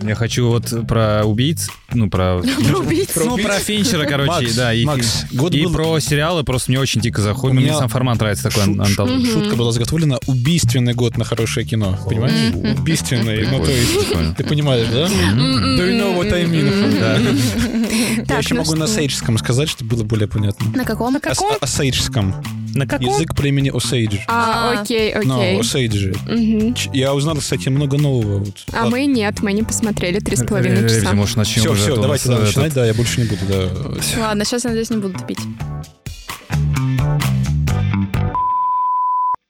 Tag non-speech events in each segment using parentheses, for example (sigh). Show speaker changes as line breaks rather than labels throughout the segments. Я хочу вот про убийц, ну,
(laughs)
про...
Про убийц?
Ну, про Финчера, короче,
Макс,
да. И,
Макс, год
и
был-
про сериалы просто мне очень дико заходит.
У
Мне
меня
сам формат нравится такой
Шу-
антология.
шу- Шутка была заготовлена. Убийственный год на хорошее кино. Понимаешь? Убийственный. Ну, то есть,
Прикольно.
ты понимаешь, да? Do you know what I mean?
Да.
Так,
Я еще
ну
могу на
что?
сейджском сказать, чтобы было более понятно.
На каком?
Ос- Осейджском.
На каком?
Язык племени Осейдж.
А,
А.
окей,
Ну,
окей.
Осейджи.
Мгм.
Ч- Я узнал, кстати, много нового. Вот.
А мы нет, мы не посмотрели три с половиной
Э, Ребята,
часа.
может, начнем
Все,
уже, а
все,
то у
давайте
нас,
да,
э,
начинать. Да, я больше не буду. Да.
Ладно, сейчас, надеюсь, не буду тупить.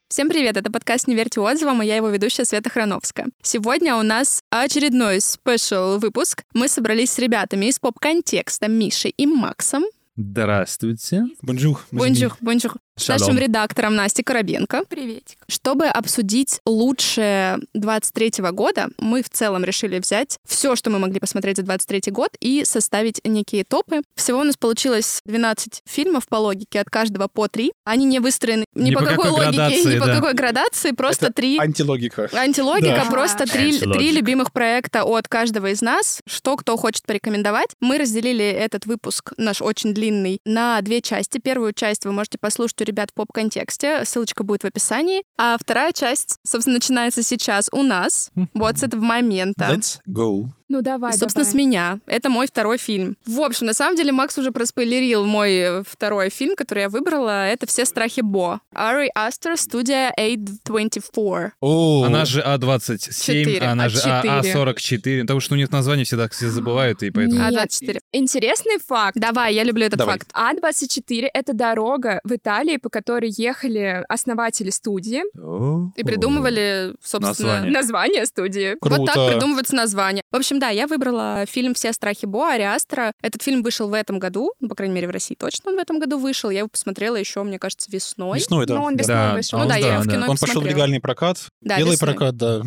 Всем привет, это подкаст «Не верьте отзывам» и я его ведущая Света Храновская. Сегодня у нас очередной спешл выпуск. Мы собрались с ребятами из поп-контекста Мишей и Максом.
Здравствуйте.
Бонжух.
Бонжух, бонжух. С нашим
Шалом.
редактором Настей Коробенко.
Приветик.
Чтобы обсудить лучшее 23 года, мы в целом решили взять все, что мы могли посмотреть за 23 год и составить некие топы. Всего у нас получилось 12 фильмов по логике, от каждого по 3. Они не выстроены ни,
Ни
по,
по
какой,
какой
логике, ни
градации,
по
да.
какой градации, просто три
Антилогика.
Антилогика,
Да.
просто три,
Антилогика.
три любимых проекта от каждого из нас, что кто хочет порекомендовать. Мы разделили этот выпуск, наш очень длинный, на две части. Первую часть вы можете послушать у ребят в поп-контексте, ссылочка будет в описании. А вторая часть, собственно, начинается сейчас у нас, вот с этого момента.
Let's go.
Ну давай,
Собственно, с меня. Это мой второй фильм. В общем, на самом деле, Макс уже проспойлерил мой э, второй фильм, который я выбрала. Это «Все страхи Бо». Ари Астер, студия 824.
О,
Она же А27,
Четыре,
она же А-
А4.
А44. Потому что у них название всегда все забывают, и поэтому...
А,
Нет.
24.
Интересный факт.
Давай, я люблю этот
Давай.
факт.
А24 — это дорога в Италии, по которой ехали основатели студии.
И придумывали, собственно, ну,
Название.
Название студии.
Вот так
Круто.
придумываются названия. В общем, да, я выбрала фильм «Все страхи Бо» Ариастра. Этот фильм вышел в этом году, ну, по крайней мере, в России точно он в этом году вышел. Я его посмотрела еще, мне кажется, весной.
Весной, да.
Но он
Да.
весной
Да. (laughs)
вышел.
Ну
Ну да, я
да,
в
да.
кино
Он пошел в
посмотрела.
легальный прокат.
Да,
Белый
весной. (laughs)
прокат, да.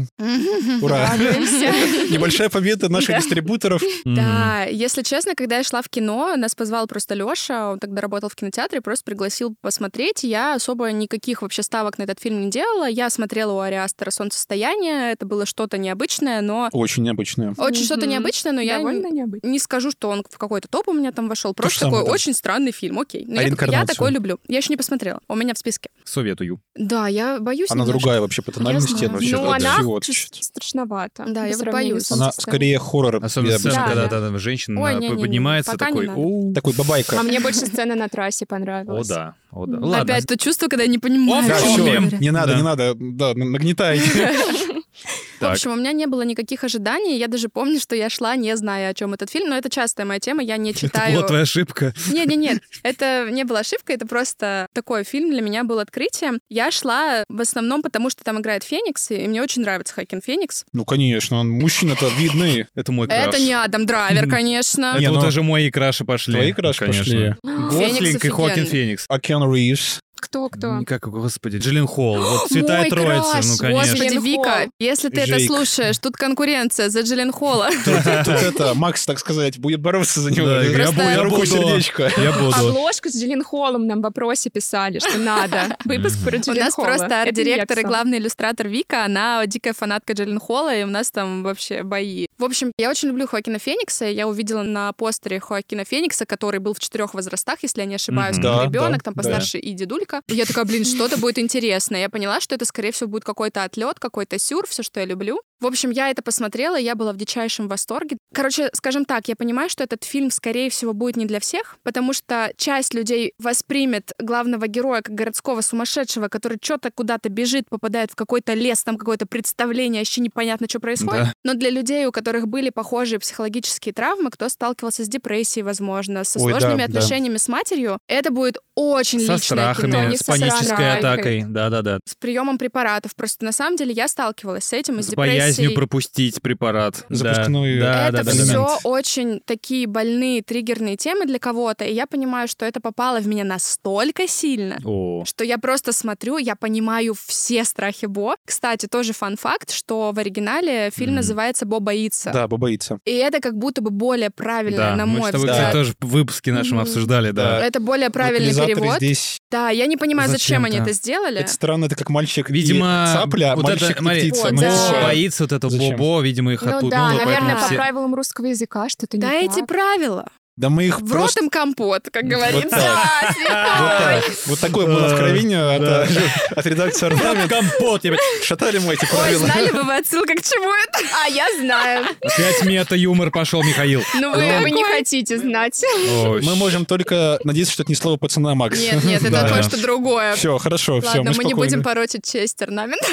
Ура.
Радуемся.
Небольшая победа
(laughs)
наших дистрибуторов.
Да, если честно, когда я шла в кино, нас позвал просто Лёша, он тогда работал в кинотеатре, просто пригласил посмотреть. Я особо никаких вообще ставок на этот фильм не делала. Я смотрела у Ариастера «Солнцестояние», это было что-то необычное, но...
Очень необычная.
Очень
Мгм.
что-то необычное,
Ну,
но я
Довольно необычно.
не скажу, что он в какой-то топ у меня там вошел. Просто
самое,
такой
да.
очень странный фильм, окей. Но
А
я, так- я
реинкарнацию?
такой люблю. Я еще не посмотрела. У меня в списке.
Советую.
Да, я боюсь.
Она
немножко.
другая вообще по тональности.
знаю.
она вообще
Ну,
от
она
всего
чуть
отличается.
страшновато.
Да, я вот боюсь.
Она скорее хоррор.
Особенно
я бы
сцена,
сказал.
Да,
когда
да.
там женщина
Ой, не-не-не,
поднимается,
пока не
такой...
надо.
«Оу».
Такой
А
бабайка.
мне больше сцена на трассе
О,
понравилась.
да, о, да.
М.
Ну Ладно.
Опять то чувство, когда я не понимаю.
Да,
Оф,
что
все,
Зомби.
говорят.
не надо,
Да.
не надо, да, н- нагнетаете.
В
Так.
общем, у меня не было никаких ожиданий. Я даже помню, что я шла, не зная, о чем этот фильм. Но это частая моя тема. Я не
Это
читаю.
была твоя ошибка.
Нет, нет, нет, это не была ошибка, это просто такой фильм для меня был открытием. Я шла в основном потому, что там играет Феникс, и мне очень нравится Хакин Феникс.
Ну, конечно, он мужчина-то видный.
Это мой краш.
Это не Адам Драйвер,
Мгм.
конечно.
Это
Не,
вот
ну,
даже мои краши пошли. Ну,
Твои краши
Конечно.
пошли.
Гослинг и
Феникс
Хокин
офигенный.
Феникс.
А Кен Ривз.
Кто, кто?
Как, господи, Джиллен Холл.
(gasps)
Вот Святая
Мой
Троица,
краш,
ну, конечно.
Господи,
Джиллен
Вика,
Холл.
если ты это
Джейк.
слушаешь, тут конкуренция за Джиллен (laughs) Холла.
Тут тут это, Макс, так сказать, будет бороться за него.
Да, я
Просто-
бу- я
Рукой
буду.
сердечко.
Я буду.
А Обложку с Джилленхолом нам в вопросе писали, что надо. Выпуск про
У нас
Джилленхола.
просто
Это
арт-директор и
Лекса.
главный иллюстратор Вика, она дикая фанатка Джиллен Холла, и у нас там вообще бои. В общем, я очень люблю Хоакина Феникса. Я увидела на постере Хоакина Феникса, который был в четырех возрастах, если я не ошибаюсь,
Мгм.
там
Да,
ребенок,
да,
там
да.
постарше и дедулька. И я такая, блин, что-то будет интересно. Я поняла, что это, скорее всего, будет какой-то отлет, какой-то сюр, все, что я люблю. В общем, я это посмотрела, я была в дичайшем восторге. Короче, скажем так, я понимаю, что этот фильм, скорее всего, будет не для всех, потому что часть людей воспримет главного героя как городского сумасшедшего, который что-то куда-то бежит, попадает в какой-то лес, там какое-то представление, вообще непонятно, что происходит.
Да.
Но для людей, у которых были похожие психологические травмы, кто сталкивался с депрессией, возможно, со
Ой, да,
сложными
да.
отношениями с матерью, это будет очень
Со
личное кино.
страхами,
не
с
со
панической
страхами.
атакой. Да-да-да.
с приемом препаратов. Просто на самом деле я сталкивалась с этим, и с
С боязнью
депрессией.
пропустить препарат. Да.
Запускную.
Да, да, да,
это
да,
все
да.
очень такие больные триггерные темы для кого-то, и я понимаю, что это попало в меня настолько сильно,
О,
что я просто смотрю, я понимаю все страхи Бо. Кстати, тоже фан-факт, что в оригинале фильм
Мгм.
называется «Бо боится».
Да, бабаится.
И это как будто бы более правильно,
да.
на
Мы
мой
с тобой,
взгляд.
кстати, тоже в выпуске нашем
Мгм.
обсуждали, да.
Это более правильный
Локализаторы
перевод.
здесь.
Да, я не понимаю, зачем,
Зачем-то.
они это сделали.
Это странно, это как мальчик и
Видимо,
цапля,
вот
мальчик
это,
и
смотри,
птица.
Вот,
Ну,
да.
всё.
Бо
Бо-
боится, Убрать вот это
Зачем?
бобо, видимо, их
Ну
оттуда.
да,
ну, поэтому
наверное, по
все-
правилам русского языка что-то не
Да эти
так.
правила.
Да мы их
В рот
просто...
им компот, как говорится.
так. (laughs) Вот, так. Вот такое было
Э,
откровение от,
да.
э, (laughs) от редакции «Орнамент».
Компот, я...
Шатали мы эти
Ой,
правила.
знали бы вы отсылка к чему это? А я знаю.
Опять мета-юмор пошел, Михаил.
Ну
Вы
вы
бы не
не
хотите знать.
(laughs)
Ой,
Мы можем только надеяться, что это не слово пацана, Макс. (laughs)
Нет, нет, это
Да.
кое-что другое.
Все, хорошо, все,
Ладно,
мы
мы не будем
спокойны.
порочить честь
(laughs)
орнамента.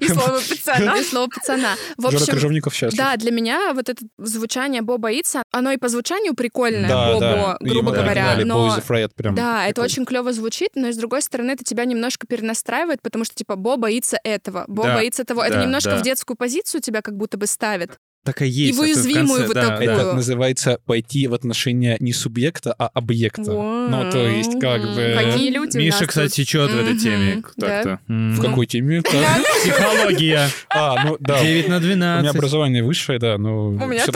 И слово пацана. И слово пацана. В
Жора
общем,
Крыжовников счастлив.
Да, для меня вот это звучание Боба Ица, оно и по звучанию прикольное, Бобо, грубо
Ему так
говоря,
дали,
но...
Boys of Riot прям
Да, это
такой.
очень клево звучит, но и с другой стороны, это тебя немножко перенастраивает, потому что типа Бо боится этого, Бо
Да,
боится того. Это
да,
немножко
да.
в детскую позицию тебя как будто бы ставит.
такая есть.
И
а то в
уязвимую
конце,
вот
да,
такую.
да.
Это
Э.
называется пойти в отношения не субъекта, а объекта.
Вау.
Ну, то есть, как бы...
Какие люди у
Миша,
нас
кстати, течет в этой
Мгм,
теме.
да.
Так-то.
В
М.
какой теме? Как?
Психология.
А, ну да.
9 на
У меня
12.
образование высшее, да, ну...
У меня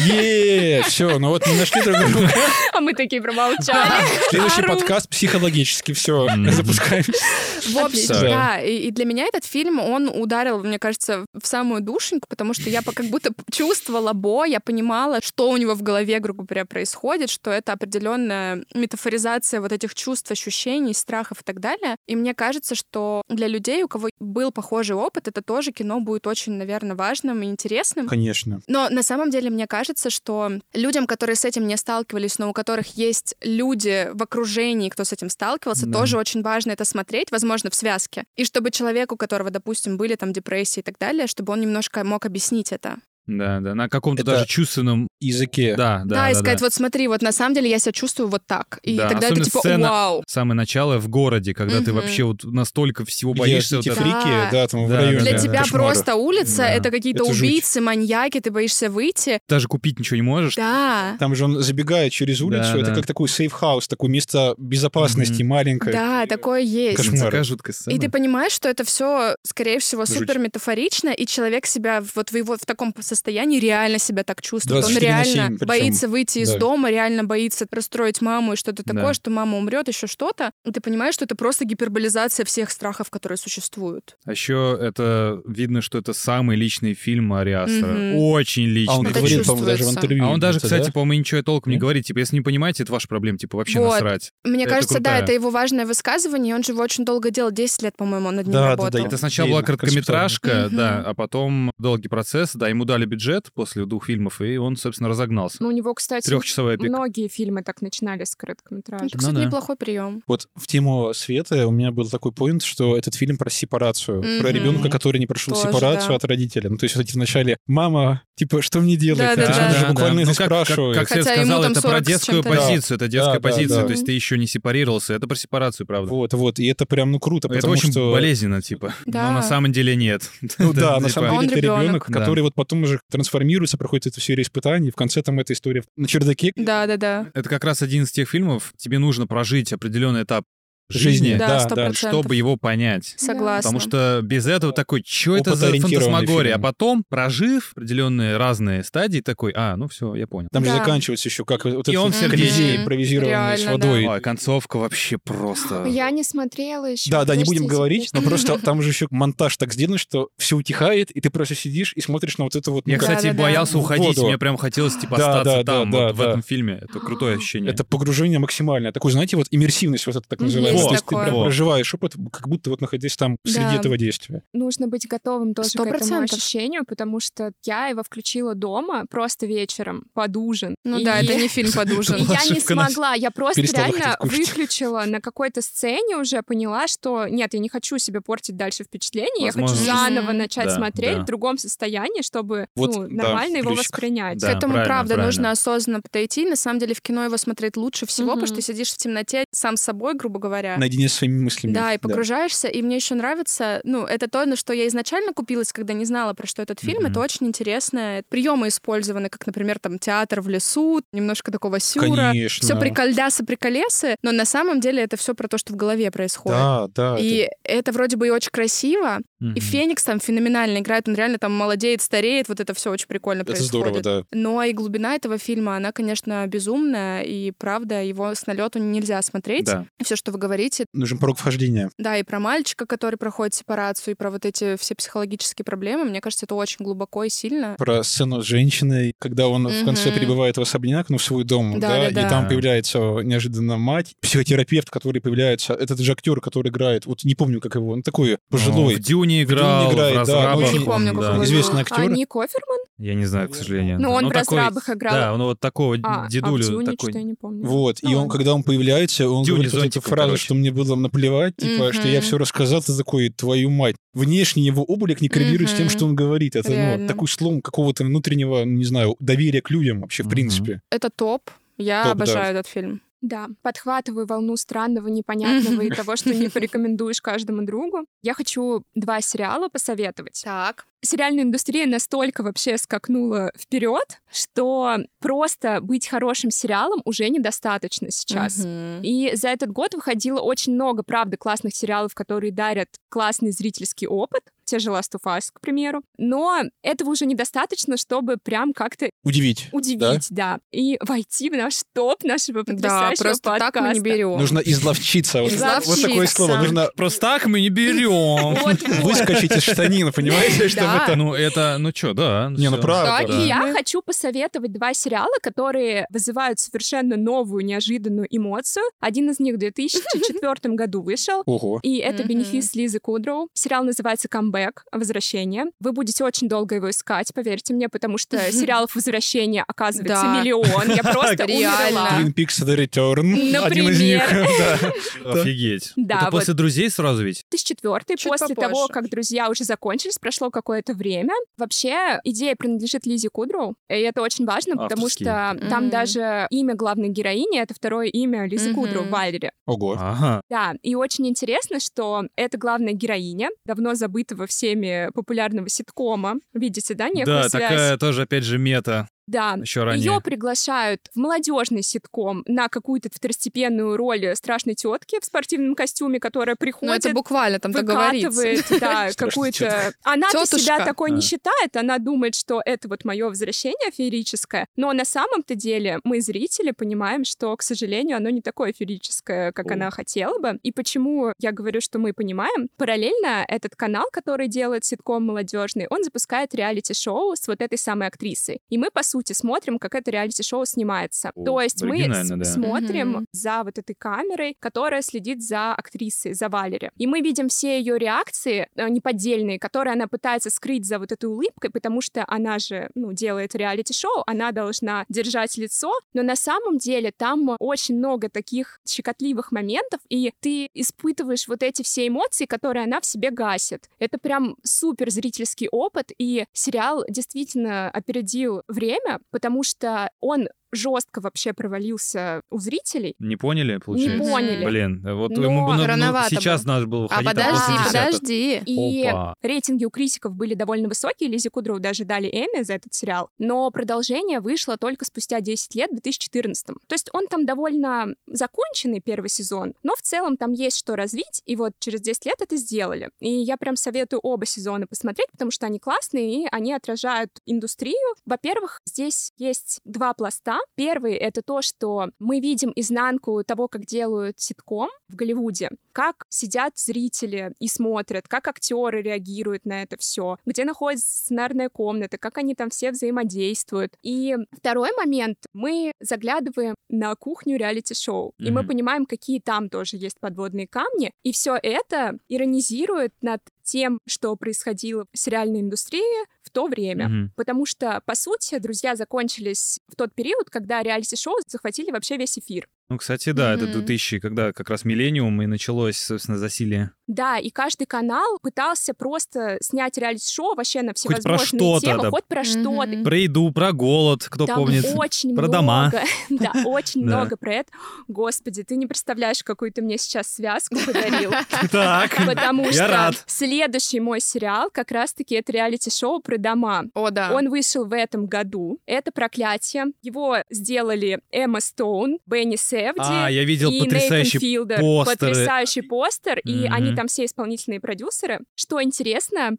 Е, все, ну вот мы нашли друг друга.
(laughs)
тут. А мы такие промолчали.
Следующий
Ору.
подкаст психологически, все,
Мгм.
запускаем.
В общем,
Отлично.
да, и, и для меня этот фильм, он ударил, мне кажется, в самую душеньку, потому что я по- как будто чувствовала Бо, я понимала, что у него в голове, грубо говоря, происходит, что это определенная метафоризация вот этих чувств, ощущений, страхов и так далее. И мне кажется, что для людей, у кого был похожий опыт, это тоже кино будет очень, наверное, важным и интересным.
Конечно.
Но на самом деле мне кажется, что людям, которые с этим не сталкивались, но у которых есть люди в окружении, кто с этим сталкивался,
Да.
тоже очень важно это смотреть, возможно, в связке. И чтобы человек, у которого, допустим, были там депрессии и так далее, чтобы он немножко мог объяснить это.
Да, да, на каком-то
Это-
даже чувственном.
Языке.
Да, да,
Да,
да.
и сказать,
да.
вот смотри, вот на самом деле я себя чувствую вот так. И
Да,
тогда это
особенно
типа
сцена-
вау.
Самое начало в городе, когда ты
Мгм.
вообще вот настолько всего
Где
боишься. вот
эти
это-
фри-
типа фрики, да, там в
Да,
районе
Для
да,
тебя
кошмара.
просто улица
Да.
это какие-то
Это жуть.
убийцы, маньяки, ты боишься выйти.
Даже купить ничего не можешь.
Да.
Там же он забегает через улицу, это
да.
как такой сейф-хаус, такое место безопасности
Мгм.
маленькое.
Да, такое есть.
Кошмар.
Такая жуткая сцена.
И ты понимаешь, что это все, скорее всего,
Жуть.
супер метафорично, и человек себя вот в его в таком состоянии реально себя так чувствует. Он
24 на 7
реально
причём.
боится выйти из
Да.
дома, реально боится расстроить маму и что-то такое,
Да.
что мама умрет, еще что-то. И ты понимаешь, что это просто гиперболизация всех страхов, которые существуют.
А еще это видно, что это самый личный фильм Ариастера.
Мгм.
Очень личный.
А он
Это
говорил,
фильм.
по-моему, даже в
чувствуется.
интервью.
А он даже,
это,
кстати,
да?
по-моему, ничего толком не
Нет?
говорит. Типа, если не понимаете, это ваша проблема, типа, вообще
Вот.
насрать.
Мне
Это
кажется, да,
крутая.
это его важное высказывание, и он же его очень долго делал, 10 лет, по-моему, он над ним
Да, да,
работал.
да,
Это сначала была
Отдельно,
короткометражка,
концептуально.
да,
Мгм.
а потом долгий процесс, да, ему дали бюджет после двух фильмов, и он, собственно, разогнался.
Ну, у него, кстати,
Трехчасовая
ну,
пик.
многие фильмы так начинали с
Это,
короткометражек.
Ну, кстати,
да.
неплохой прием.
Вот в тему Светы у меня был такой поинт, что этот фильм про сепарацию. Про
Мгм.
ребенка, который не прошел
Тоже,
сепарацию
да.
от родителя. Ну, то есть вот эти вначале «Мама, типа, что мне делать?»
Да,
То есть
да,
он
да.
же буквально это
Ну, как- как-
спрашивает.
Как, Свет
Хотя ему
сказал,
там
это про
40 с
детскую
чем-то.
позицию, это детская
Да, да,
позиция,
да.
то есть ты еще не сепарировался, это про сепарацию, правда.
Вот, вот. И это прям, ну, круто,
это
потому
очень
что...
болезненно, типа.
Да.
Но на самом деле нет. (laughs)
Ну да, на
Типа,
самом
А он
деле это ребенок,
ребёнок.
Да.
который вот потом уже трансформируется, проходит эту серию испытаний, и в конце там эта история на чердаке
Да, да, да.
Это как раз один из тех фильмов, тебе нужно прожить определенный этап
жизни.
жизни,
Да,
Да,
100%.
да.
чтобы его понять.
Согласна.
Потому что без этого такой, что это за
Опыт-ориентированный
фантасмагория? А
фильм.
потом, прожив определенные разные стадии, такой, а, ну все, я понял.
Там же
Да.
заканчивается еще как вот
И
этот
он в сердечке.
колизей импровизированный с
Реально,
водой.
Ой, концовка вообще просто...
Я не смотрела еще.
Да, да, не будем говорить, но
(laughs)
просто там же еще монтаж так сделан, что все утихает, и ты просто сидишь и смотришь на вот это вот. ну,
Я,
как-
кстати,
Да-да-да.
боялся
В
уходить.
воду.
Мне прям хотелось, типа,
Да,
остаться
да, да,
там,
да,
вот в
да.
этом фильме. Это крутое ощущение.
Это погружение максимальное. Такое, знаете, вот иммерсивность вот это так
Мгм.
Есть
называемая. То есть ты
такое.
прям
Во.
проживаешь опыт, как будто вот находясь там среди
Да.
этого действия.
нужно быть готовым тоже
Сто
к этому
процентов.
ощущению, потому что я его включила дома просто вечером под ужин.
Ну
И-
да, это не фильм под
и
ужин.
я не
Ошибка нас-
смогла, я просто
Перестала
реально
хотеть кушать.
выключила на какой-то сцене уже, поняла, что нет, я не хочу себе портить дальше впечатление, я
Возможно.
хочу заново
Мгм.
начать
Да,
смотреть
да.
в другом состоянии, чтобы
Вот,
ну,
да,
нормально его
ключик.
воспринять.
Да,
К этому,
правильно,
правда,
правильно.
нужно осознанно подойти. На самом деле в кино его смотреть лучше всего,
Мгм.
потому что ты сидишь в темноте сам с собой, грубо говоря.
Наедине с своими мыслями.
Да, и погружаешься. И мне еще нравится, ну, это то, на что я изначально купилась, когда не знала, про что этот фильм.
Мгм.
Это очень интересно. Приемы использованы, как, например, там театр в лесу, немножко такого сюра.
Конечно.
Все прикольдасы, приколесы, но на самом деле это все про то, что в голове происходит.
Да, да.
И
это-
это вроде бы и очень красиво,
Мгм.
и Феникс там феноменально играет, он реально там молодеет, стареет, вот это все очень прикольно
Это
происходит.
здорово, да.
Но и глубина этого фильма, она, конечно, безумная, и правда, его с налету нельзя смотреть.
Да.
Все, что вы говорите,
Нужен порог вхождения.
да, и про мальчика, который проходит сепарацию, и про вот эти все психологические проблемы. Мне кажется, это очень глубоко и сильно.
Про сцену с женщиной, когда он в конце
Мгм.
прибывает в особняк, ну, в свой дом,
Да,
да,
да, да.
и там появляется неожиданно мать, психотерапевт, который появляется, этот же актер, который играет, вот не помню, как его, он такой
В
пожилой,
Дюне играл,
играет,
в
да,
«Разрабах»,
очень-
Не помню, как
да.
его зовут.
известный
А
актер.
Ник Оферман?
Я не знаю, к сожалению.
Ну,
Да,
он в
такой-
«Разрабах» играл.
Да, он вот такого
А, а в
дедулю
«Дюне»
такой.
что я не помню.
Вот, и
Ну,
он,
ладно.
когда он появляется, он
Дюни
говорит вот эту
зонтиком,
фразу,
короче.
что мне было наплевать, типа, что я
Мгм.
все рассказал, ты такой, твою мать. Внешне его облик не коррелирует с тем,
Мгм.
что он говорит. Это ну,
Реально.
такой слом какого-то внутреннего, ну, не знаю, доверия к людям вообще, в
Мгм.
принципе.
Это топ. Я
Топ, да.
обожаю этот фильм.
Да, подхватываю волну странного, непонятного и того, что не порекомендуешь каждому другу. Я хочу два сериала посоветовать.
Так.
сериальная индустрия настолько вообще скакнула вперед, что просто быть хорошим сериалом уже недостаточно сейчас. И за этот год выходило очень много, правда, классных сериалов, которые дарят классный зрительский опыт. Те же Last of Us, к примеру. Но этого уже недостаточно, чтобы прям как-то
Удивить.
удивить, да. И войти в наш топ нашего
Да,
потрясающего
просто так мы не
подкаста.
берем.
Нужно изловчиться. Вот, вот такое
Изловчиться.
слово. Нужно
Просто так мы не
(laughs)
берем.
выскочить из штанина, понимаете, чтобы это...
Да.
Ну, это, ну что, да.
Не, ну
всё.
правда.
Да,
Так,
да.
и я
Мы-
хочу посоветовать два сериала, которые вызывают совершенно новую, неожиданную эмоцию. Один из них в 2004
(laughs)
году вышел.
Ого.
И это
Мгм.
«Бенефис» Лизы Кудроу. Сериал называется «Камбэк. Возвращение». Вы будете очень долго его искать, поверьте мне, потому что
(laughs)
сериалов «Возвращение» оказывается
Да.
миллион.
(laughs)
Я просто
Реально.
умерла.
Twin Peaks The Return. Один из них. (laughs) да.
Офигеть.
Да,
Это
вот.
после друзей сразу ведь?
2004
Чуть
после того,
попозже.
как «Друзья» уже закончились, прошло какое-то время. Вообще, идея принадлежит Лизе Кудроу, и это очень важно, потому
Авторские.
что там
Мгм.
даже имя главной героини — это второе имя Лизы
Мгм.
Кудроу, Валери.
Ого.
Ага.
Да, и очень интересно, что это главная героиня, давно забытого всеми популярного ситкома. Видите, да, некую
Да,
связь?
такая тоже, опять же, мета
Да.
еще ранее.
Ее приглашают в молодежный ситком на какую-то второстепенную роль страшной тетки в спортивном костюме, которая
Ну,
приходит
это буквально там договорится.
выкатывает, да,
Страшно,
какую-то...
чё-то.
Она себя
Тётушка.
такой
А.
не считает, она думает, что это вот мое возвращение феерическое, но на самом-то деле мы, зрители, понимаем, что, к сожалению, оно не такое феерическое, как
О.
она хотела бы. И почему я говорю, что мы понимаем? Параллельно этот канал, который делает ситком молодежный, он запускает реалити-шоу с вот этой самой актрисой. И мы, по сути, смотрим, как это реалити-шоу снимается.
О,
То есть мы с-
оригинально, да.
смотрим
Мгм.
за вот этой камерой, которая следит за актрисой, за Валери. И мы видим все ее реакции э, неподдельные, которые она пытается скрыть за вот этой улыбкой, потому что она же, ну, делает реалити-шоу, она должна держать лицо, но на самом деле там очень много таких щекотливых моментов, и ты испытываешь вот эти все эмоции, которые она в себе гасит. Это прям супер зрительский опыт, и сериал действительно опередил время, потому что он жестко вообще провалился у зрителей,
Не поняли,
не
получается?
поняли.
Блин, вот
Но
ему бы ну, ну,
рановато
сейчас надо было
А
выходить. там
подожди,
после
десяток.
десятого.
подожди.
И
Опа.
рейтинги у критиков были довольно высокие, Лизе Кудроу даже дали Эми за этот сериал, но продолжение вышло только спустя 10 лет, в 2014. То есть он там довольно законченный первый сезон, но в целом там есть что развить, и вот через 10 лет это сделали. И я прям советую оба сезона посмотреть, потому что они классные, и они отражают индустрию, во-первых, здесь есть два пласта. Первый — это то, что мы видим изнанку того, как делают ситком в Голливуде, как сидят зрители и смотрят, как актеры реагируют на это все, где находится сценарная комната, как они там все взаимодействуют. И второй момент — мы заглядываем на кухню реалити-шоу, и мы
Мгм.
понимаем, какие там тоже есть подводные камни, и все это иронизирует над тем, что происходило в сериальной индустрии в то время.
Мгм.
Потому что, по сути, друзья закончились в тот период, когда реалити-шоу захватили вообще весь эфир.
Ну, кстати, да, это
Мгм.
2000, когда как раз миллениум и началось, собственно, засилие.
Да, и каждый канал пытался просто снять реалити-шоу вообще на
Хоть про
всевозможные
что-то,
темы,
да.
хоть про что-то.
Мгм.
Про еду, про голод, кто
Там
помнит.
очень
Про
много,
дома.
(laughs) да, очень
Да.
много про это. Господи, ты не представляешь, какую ты мне сейчас связку
(laughs)
подарил.
(laughs) Так,
Потому
Я
что
рад.
следующий мой сериал как раз-таки это реалити-шоу про дома.
О,
А.
да.
Он вышел в этом году. Это проклятие. Его сделали Эмма Стоун, Бенни С. Севди.
А, я видел
и
потрясающий
Нейтан Филдер.
постеры.
Потрясающий постер, и
Мгм.
они там все исполнительные продюсеры. Что интересно,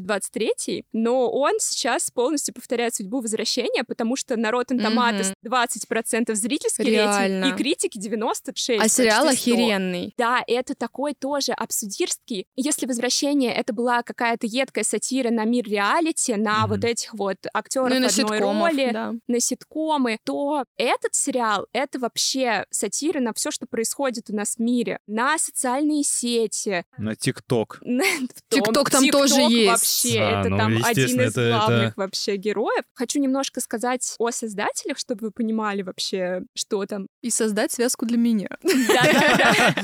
2023, но он сейчас полностью повторяет судьбу возвращения, потому что на Rotten Tomatoes 20% зрительский
Реально.
рейтинг и критики 96.
А сериал
почти 100.
охеренный. Ну,
Да, это такой тоже абсурдистский. Если «Возвращение» — это была какая-то едкая сатира на мир реалити, на
Мгм.
вот этих вот актеров
Ну и на
одной
ситкомов,
роли,
да.
на ситкомы, то этот сериал — это вообще сатира на все, что происходит у нас в мире. На социальные сети.
На (laughs) ТикТок.
на- в том-
TikTok там тоже есть.
вообще,
А,
это
ну,
там один
естественно,
из
это- это-
главных вообще героев. Хочу немножко сказать о создателях, чтобы вы понимали вообще, что
(laughs)
там.
И создать связку для меня.
Да-да-да.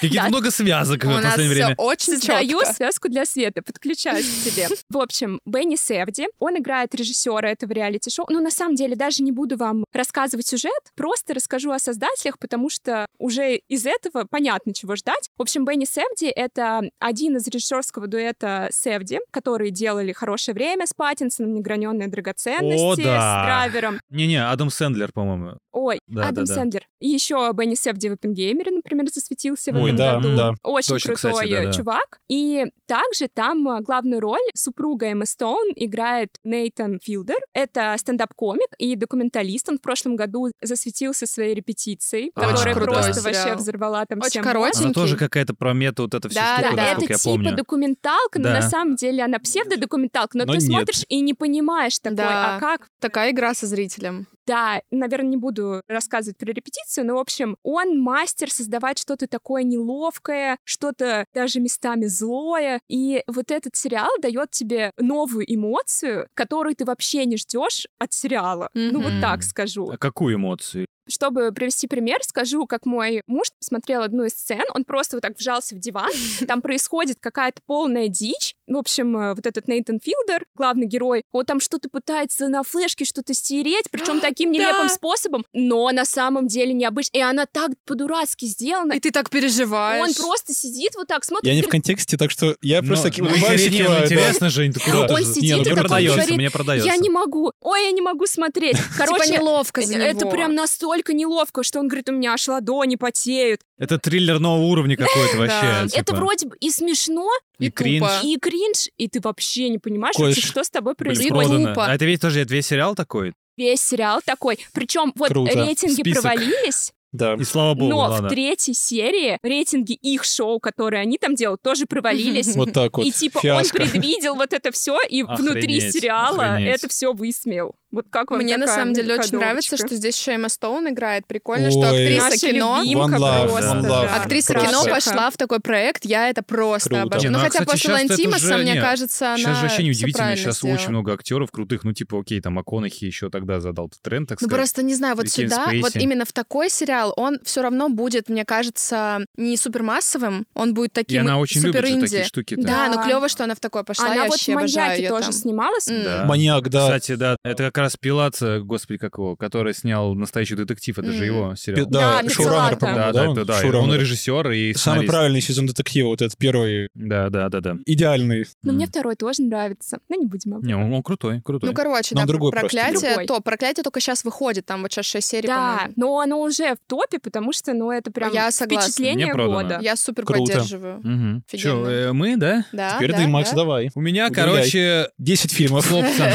Каких-то
Да.
много связок
У
в
нас
последнее
все
время.
очень
Создаю
четко.
связку для Светы, подключаюсь к тебе. В общем, Бенни Севди, он играет режиссера этого реалити-шоу. Но на самом деле даже не буду вам рассказывать сюжет, просто расскажу о создателях, потому что уже из этого понятно, чего ждать. В общем, Бенни Севди — это один из режиссерского дуэта Севди, которые делали «Хорошее время» с Паттинсоном, «Неграненные драгоценности»,
да.
с Драйвером.
Не-не, Адам Сэндлер, по-моему.
Ой,
Да,
Адам
да, да.
Сэндлер. И еще Бенни Севди в «Оппенгеймере», например, засветился в
Ой,
этом
да,
году.
да.
Очень
Точно,
крутой э,
кстати, да, да.
чувак. И также там а, главную роль супруга Эммы Стоун играет Нейтан Филдер. Это стендап-комик и документалист. Он в прошлом году засветился своей репетицией,
А, Очень
которая
крутой
просто
сериал.
вообще взорвала там
Очень
всем
коротенький.
Она тоже какая-то про мета вот это все
Да,
штука,
да,
это
насколько
я
типа
помню.
документалка, но
Да.
на самом деле она псевдодокументалка, но,
Но
ты
нет.
смотришь и не понимаешь такой,
Да.
а как
Такая игра со зрителем.
Да, наверное, не буду рассказывать про репетицию, но, в общем, он мастер создавать что-то такое неловкое, что-то даже местами злое. И вот этот сериал дает тебе новую эмоцию, которую ты вообще не ждешь от сериала. Ну,
Мгм.
вот так скажу.
А какую эмоцию?
Чтобы привести пример, скажу, как мой муж смотрел одну из сцен, он просто вот так вжался в диван,
(laughs)
там происходит какая-то полная дичь. В общем, э, вот этот Нейтан Филдер, главный герой, он там что-то пытается на флешке что-то стереть,
(gasps)
причем таким нелепым способом, но на самом деле необычно. И она так по-дурацки сделана.
И ты так переживаешь.
Он просто сидит вот так, смотрит.
Я не в
говорит,
контексте, так что я просто
Ну, ну,
улыбаюсь и
интересно,
киваю, да.
Интересно, Жень, ты круто.
Он
же.
сидит
Не, ну,
и такой
продается,
говорит,
мне продается.
Я не могу. Ой, я не могу
(laughs)
смотреть.
Короче,
Короче,
Типа неловко за
это
него.
прям настолько неловко, что он говорит, у меня аж ладони потеют.
Это триллер нового уровня какой-то
Да.
Ну,
вообще. типа.
Это вроде бы и смешно,
И
и
кринж.
тупо.
и кринж, и ты вообще не понимаешь,
Кое-
вообще, что с тобой
Типа, Блин,
и
происходит.
продано.
тупо.
А это ведь тоже это весь сериал такой?
Весь сериал такой. Причем вот
Круто.
рейтинги
Список.
провалились,
Да.
И слава богу,
но
ладно.
в третьей серии рейтинги их шоу, которые они там делают, тоже
(laughs)
провалились.
Вот так вот.
И типа
Фиаско.
он предвидел вот это все, и
Охренеть,
внутри сериала
охренеть.
это все высмеял. Вот как вам
Мне на
такая
самом деле очень
многоходовочка?
нравится, что здесь еще Эмма Стоун играет. Прикольно, что
Ой.
актриса
Наша
кино.
любимка
One Love,
просто,
One
да.
Love.
Актриса
Красота.
кино пошла в такой проект, я это просто
Круто.
Не,
обожаю.
ну, а,
Ну, хотя
кстати,
после
щас это
Лантимаса,
уже-
мне
не,
кажется, она
Сейчас же вообще
всё
неудивительно,
правильно
сейчас
сделала.
очень много актеров крутых, ну типа, окей, там ОКонахи еще тогда задал тренд, так
Ну
сказать.
просто не знаю, вот
И Кевин
сюда, вот
Спейси.
именно в такой сериал, он все равно будет, мне кажется, не супермассовым, он будет
И
таким
она очень любит
супер
же
инди.
такие штуки.
Да,
Да.
но клево, что она в такое пошла.
Она
я
вот в
вообще обожаю
«Маньяке»
ее
тоже
там.
снималась.
М.
Да.
Маньяк, да.
Кстати, да, это как раз Пилат, господи, как его, который снял «Настоящий детектив», это же
Мгм.
его
Пи-
сериал.
Да,
Да,
шоураннер,
Пиццелата.
по-моему,
Да,
да,
да,
он?
да, да.
Шоураннер.
Он и режиссер, и
Самый
сценарист.
правильный сезон детектива, вот этот первый,
Да, да, да, да.
идеальный.
Но мне
М.
второй тоже нравится. Ну, не будем об
Не, он, он крутой, крутой.
Ну, короче,
Нам
да,
другой просто
проклятие,
другой.
то проклятие только сейчас выходит, там вот сейчас 6 серий,
Да,
по-моему.
но оно уже в топе, потому что, ну, это прям
Я согласна.
Мне
впечатление
продано.
года.
Я супер
Круто.
поддерживаю.
Мгм. Чё,
Офигенно.
э, мы, да?
Да,
Теперь
да,
ты, Макс,
да.
давай.
У меня,
Удивляй.
короче,
10 фильмов.
Слопсон.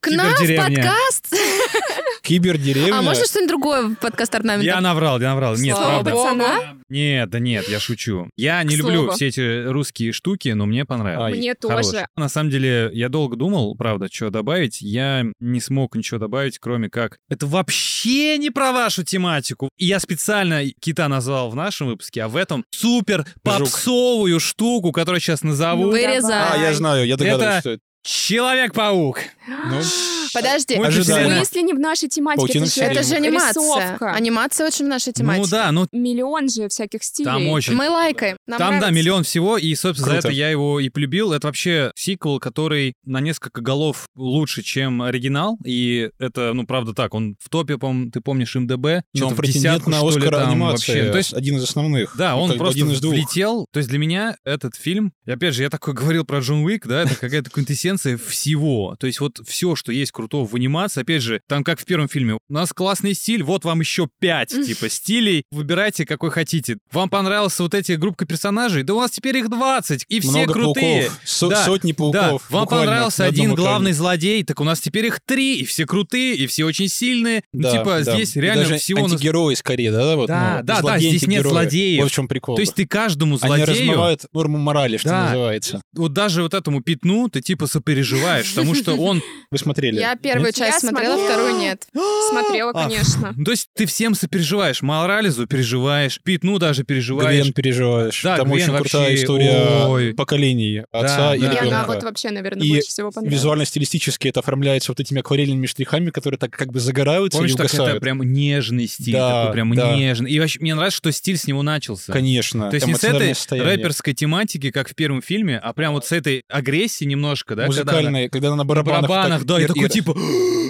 К нам в
Кибердеревня.
подкаст!
(laughs) Кибердеревня.
А можно что-нибудь другое в подкаст
Эм,
орнамент?
Я наврал, я наврал. Нет,
Слава
правда.
богу.
Нет, да нет, я шучу. Я не
К
люблю
слову.
все эти русские штуки, но мне понравилось.
Ай,
Мне
Хорош.
тоже.
На самом деле, я долго думал, правда, что добавить. Я не смог ничего добавить, кроме как... Это вообще не про вашу тематику. И я специально кита назвал в нашем выпуске, а в этом супер попсовую штуку, которую сейчас назову.
Ну,
А, я
Вырезай.
знаю, я
Это-
догадываюсь, что это.
Человек-паук. (gasps)
Ну,
Подожди,
Мультик
это
В
Ожидаемо.
же-
смысле не в нашей тематике?
Паутина
Это
в
же,
серии.
это же анимация.
рисовка.
Анимация очень в нашей тематике.
Ну да, ну
Миллион же всяких стилей.
там очень...
Мы лайкаем. Нам
Там, да,
нравится.
миллион всего, и, собственно, за
Круто.
это я его и полюбил. Это вообще сиквел, который на несколько голов лучше, чем оригинал, и это, ну, правда так, он в топе, по ты помнишь, МДБ, что
Что-то
в десятку,
на
что ли,
Оскар
там
анимация.
вообще. То есть,
один из основных.
да,
Ну,
он
как бы
просто
один из двух.
влетел. То есть для меня этот фильм, и опять же, я такой говорил про Джон Уик, да, это какая-то квинтэссенция всего. То есть вот все, что есть крутого в анимации. Опять же, там как в первом фильме. У нас классный стиль, вот вам еще пять, типа, стилей. Выбирайте, какой хотите. Вам понравился вот эти группа персонажей? Да у нас теперь их 20, и все
Много
крутые.
пауков. Со-
Да,
Сотни
Да,
пауков.
вам
буквально
понравился
на одном
один
экране.
главный злодей, так у нас теперь их три, и все крутые, и все очень сильные. Ну,
Да,
типа,
да.
здесь
И
реально
даже
всего... нас-
антигерои скорее, да? Да, вот,
Да,
ну,
да, да,
злодеи,
здесь нет
антигерои.
злодеев.
Вот в чем прикол.
То есть ты каждому
Они
злодею...
размывают норму морали, что
Да.
называется.
вот даже вот этому пятну ты типа сопереживаешь, потому что он...
Вы смотрели?
Я
(gasps)
первую
Нет?
часть
Я
смотрела,
смотрела.
вторую нет.
Смотрела,
А,
конечно.
Ну, То есть ты всем сопереживаешь, Морализу переживаешь, пятну даже переживаешь.
Гвен переживаешь.
Да,
Там
Гвен
очень крутая
вообще,
история
ой.
поколений отца
Да,
и
да.
И она
ребенка.
вот вообще, наверное,
И
больше всего понравилась.
Визуально-стилистически это оформляется вот этими акварельными штрихами, которые так как бы загораются
Помнишь,
и
так это
угасают.
прям нежный стиль,
Да,
такой прям
да.
нежный. И вообще мне нравится, что стиль с него начался.
Конечно.
То есть не с
эмоциональное
этой
состояние.
рэперской тематики, как в первом фильме, а прям вот с этой агрессии немножко, да? когда она-
Музыкальное, когда она на
на
барабанах...
барабанах,
так-
да, я
и-
такой
и- (gasps)
типа...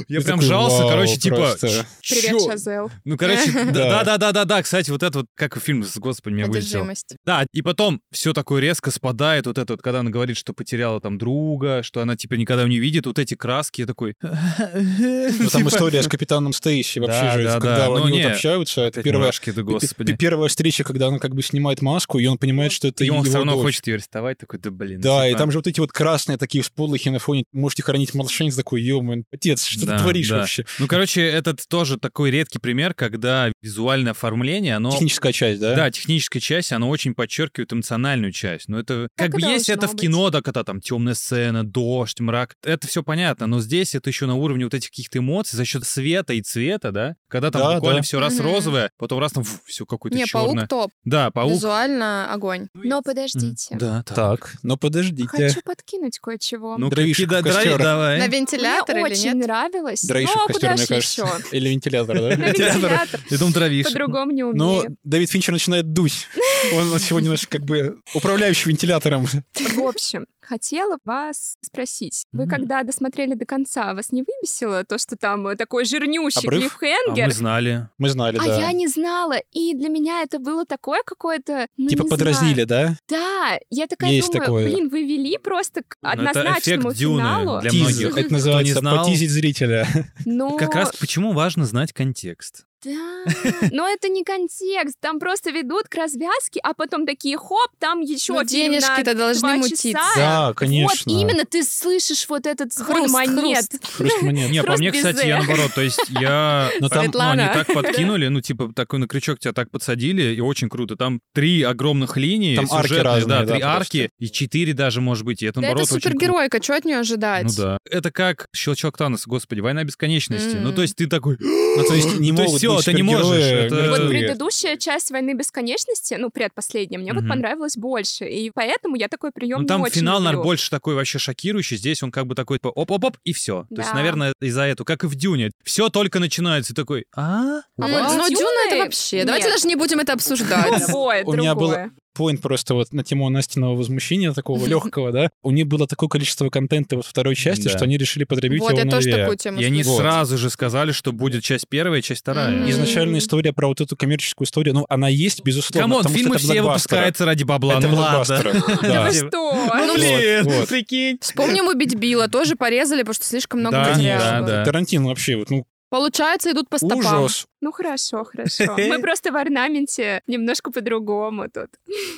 Я
и
прям
такой,
жался,
«Вау,
короче, типа...
просто».
«Чё?»
Привет, Шазел.
Ну, короче,
Да.
да-да-да-да-да, кстати, вот это вот, как фильм, с- господи, меня вылетело.
Одержимость.
Да, и потом все такое резко спадает, вот это вот, когда она говорит, что потеряла там друга, что она теперь никогда не видит, вот эти краски, я такой... (laughs)
Ну, там
Типа, (laughs)
история с капитаном Стейси вообще
Да,
же,
да,
когда
да.
они
Ну,
вот
не,
общаются, это
опять
первая,
мурашки, да
пе- пе-
господи.
первая встреча, когда она как бы снимает маску, и он понимает, что это
И он
его
все равно
дочь.
хочет ее арестовать, такой, да блин. ну,
Да, и
типа,
там же вот эти вот красные такие всполохи на фоне. Можете хранить младшинец такой, ё отец, что
Да,
ты творишь
да.
вообще?
Ну, короче, этот тоже такой редкий пример, когда визуальное оформление, оно...
Техническая часть, да?
Да, техническая часть, она очень подчеркивает эмоциональную часть. Но это
Так
как бы
и
есть это в
должно
кино, да, когда там темная сцена, дождь, мрак. Это все понятно, но здесь это еще на уровне вот этих каких-то эмоций за счет света и цвета, да? Когда там
Да,
буквально
да.
все раз
Мгм.
розовое, потом раз там все какое-то
Не,
черное.
паук топ.
Да, паук.
Визуально огонь.
Но подождите.
М, Да, так.
Так, но подождите.
Хочу подкинуть кое-чего.
Ну,
Дровишек
какие-
в
да,
костёр.
давай.
На
Мне
вентилятор или
очень
нет?
нравилось.
Дровишек
Ну, а
в костер,
куда
мне
ж
кажется.
еще?
(laughs)
Или вентилятор,
На
да?
вентилятор.
Я думал, дровишек.
По-другому не
Ну,
Но
умею.
Ну, Дэвид Финчер начинает дуть. Он сегодня наш как бы управляющий вентилятором.
В общем, хотела вас спросить. Вы
М.
когда досмотрели до конца, вас не выбесило то, что там э, такой жирнющий
Обрыв?
А мы
клиффхенгер?
знали.
Мы знали,
А я
да.
не знала, и для меня это было такое какое-то... ну,
Типа
не
подразнили, да?
знаю. Да, я такая
Есть
думаю,
такое.
блин, вы вели просто к
Ну, это
однозначному
эффект Дюны
финалу.
для
Тиз.
многих.
Это называется
знал.
потизить зрителя.
Но...
Как раз почему важно знать контекст.
Да, но это не контекст, там просто ведут к развязке, а потом такие хоп, там еще
Ну, денежки-то должны мутиться.
Да,
А, Вот
конечно.
именно ты слышишь вот этот звон
Хруст,
монет.
хруст.
Хруст монет.
Не, по
Просто
мне, кстати, я
безе.
наоборот, то есть
(laughs)
я...
Но
Там, ну, они
«э». Светлана.
так
(laughs)
подкинули, ну, типа, такой на крючок тебя так подсадили, и очень круто. Там три огромных линии
Там арки
сюжетные,
разные,
да,
да,
три
просто.
арки, и четыре даже, может быть, и это,
Да это
наоборот, очень круто.
супергеройка, что от нее ожидать?
Ну да. Это как щелчок Таноса, господи, война бесконечности.
М.
Ну, то есть ты такой...
Ну,
(gasps)
то есть не
То есть
могут
всё,
быть
ты не можешь,
супергерои
Ну,
это-
Вот
Э.
мертвые.
предыдущая часть «Войны бесконечности», ну, предпоследняя, мне вот
Мгм.
понравилась больше, и поэтому я такой прием
Ну, там
не очень
финал,
люблю.
наверное, больше такой вообще шокирующий. Здесь он как бы такой, типа, оп-оп-оп, и все. То есть,
Да.
наверное, из-за этого, как и в Дюне. Все только начинается, и такой, а?
А
М,
вот
Но
с
Дюна это
Дюной-
вообще.
Нет.
Давайте даже не будем это обсуждать.
Другое,
У меня было-
другое.
Поинт просто вот на тему Настиного возмущения,
(laughs)
такого легкого, да. У них было такое количество контента вот второй части,
Да.
что они решили подрабить
Вот,
его
я
на
тоже
две.
такую
типа,
тему
И они
Вот.
сразу же сказали, что будет часть первая, часть вторая.
Мгм.
И-
Из-
Изначально
М.
история про вот эту коммерческую историю, ну, она есть, безусловно.
Камон,
потому что
фильмы
это
все
блокбастеры.
выпускаются ради бабла.
Это
ну ладно.
блокбастеры,
(laughs)
да.
Да вы
Да.
что?
Ну,
Вот,
блин,
вот.
прикинь.
Вспомним убить Билла, тоже порезали, потому что слишком много
Да,
материала.
да,
было.
да.
Тарантино вообще, вот, ну,
Получается, идут по стопам.
ужас.
Ну, хорошо, (laughs) хорошо. Мы просто в орнаменте немножко по-другому тут.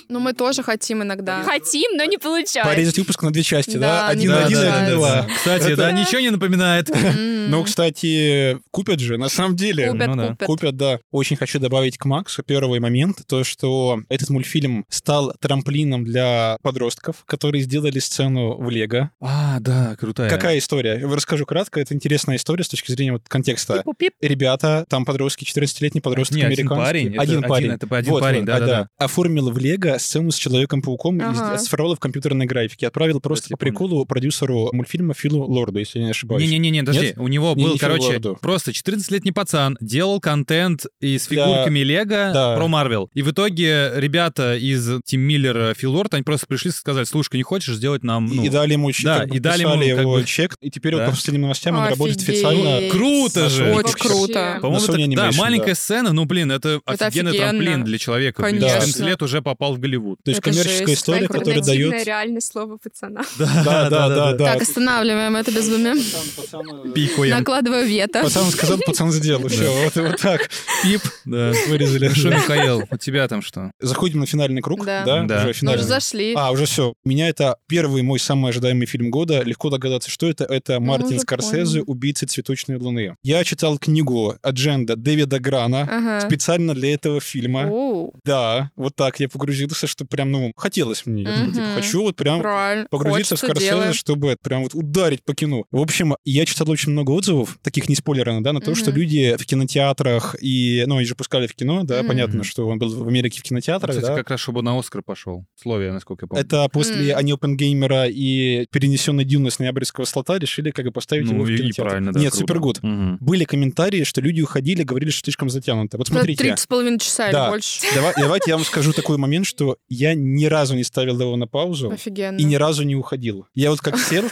Но мы тоже хотим иногда.
Хотим, но не получается.
Порезать выпуск на две части,
Да,
да? Один
не
на один,
получается.
один на два.
Кстати,
Это-
да, ничего не напоминает.
М.
Ну, кстати, купят же, на самом деле.
Купят,
ну да.
купят.
Купят, да. Очень хочу добавить к Максу первый момент, то, что этот мультфильм стал трамплином для подростков, которые сделали сцену в Лего.
А, да, крутая.
Какая история? Я Расскажу кратко, это интересная история с точки зрения вот контекста.
Пип-пип.
Ребята, там подростки, 14-летний подросток
Не, один
американский.
парень. это
Один парень.
Это один
Вот,
парень,
вот, а,
да-да-да.
Оформил в Лего сцену с Человеком-пауком, и
Ага.
оцифровал в компьютерной графике. Отправил просто
я
по приколу продюсеру мультфильма Филу Лорду, если я не ошибаюсь.
Не-не-не, подожди,
Нет?
у него
Не,
был,
не
короче,
Филборду.
просто 14-летний пацан, делал контент и с фигурками Лего
да.
про Марвел. И в итоге ребята из Тим Миллера, Фил Лорд, они просто пришли и сказали, слушай, не хочешь сделать нам...
И-
ну,
и дали ему, щ-
да,
как бы
и дали ему,
подписали
как
его
бы,
чек, и теперь
да.
вот по последним новостям он работает
Офигеть.
официально
Круто
на
же! же.
Очень
Вообще.
круто.
По-моему,
На Sony
это- да,
Animation,
маленькая сцена, ну, блин, это,
Это
офигенный
офигенно.
трамплин для человека. Блин,
Конечно.
14 лет уже попал в Голливуд.
То есть
Это
коммерческая
жесть,
история,
такая
которая
Альтернативное
дает...
реальное слово пацана. (laughs)
Да, да, да, да.
Так, останавливаем это безумие.
Пикуем.
Накладываю вето.
Пацан сказал, пацан сделал. Все, вот, вот так. (laughs) Пип,
Да.
вырезали.
Хорошо, Михаил, у тебя там что?
Заходим на финальный круг,
Да.
да?
Да.
Уже
Мы
Мы
финальный.
уже Ну, зашли.
А, уже все. У меня это первый мой самый ожидаемый фильм года. Легко догадаться, что это. Это
мы
Мартин
Ну, уже
Скорсезе
поняли.
«Убийцы цветочной луны». Я читал книгу «Адженда» Дэвида Грана
Ага.
специально для этого
а?
фильма.
Оу,
Да, вот так я погрузился, что прям, ну, хотелось мне. Я такой, типа,
Мгм.
хочу вот прям
правильно.
погрузиться
Хочется,
в Скорсезе,
делаем.
чтобы прям вот ударить по кино. В общем, я читал очень много отзывов, таких не спойлерно, да, на то, что
Мгм.
люди в кинотеатрах и... Ну, они же пускали в кино, да,
Мгм.
понятно, что он был в Америке в кинотеатрах,
Кстати,
да.
как раз, чтобы на Оскар пошел. Словия, насколько я помню.
Это после
М.
они Опенгеймера и перенесенной Дюны с ноябрьского слота решили как бы поставить его
Ну,
в
и- и
кинотеатр.
правильно, да.
Нет,
круто.
супергуд.
Мгм.
Были комментарии, что люди уходили, говорили, что слишком затянуто. Вот
Да,
смотрите.
30 Ну, с половиной часа или
Да.
больше.
Давай- давайте я вам скажу такой момент, что я ни разу не ставил его на паузу
Офигенно.
и ни разу не уходил. Я вот как сел,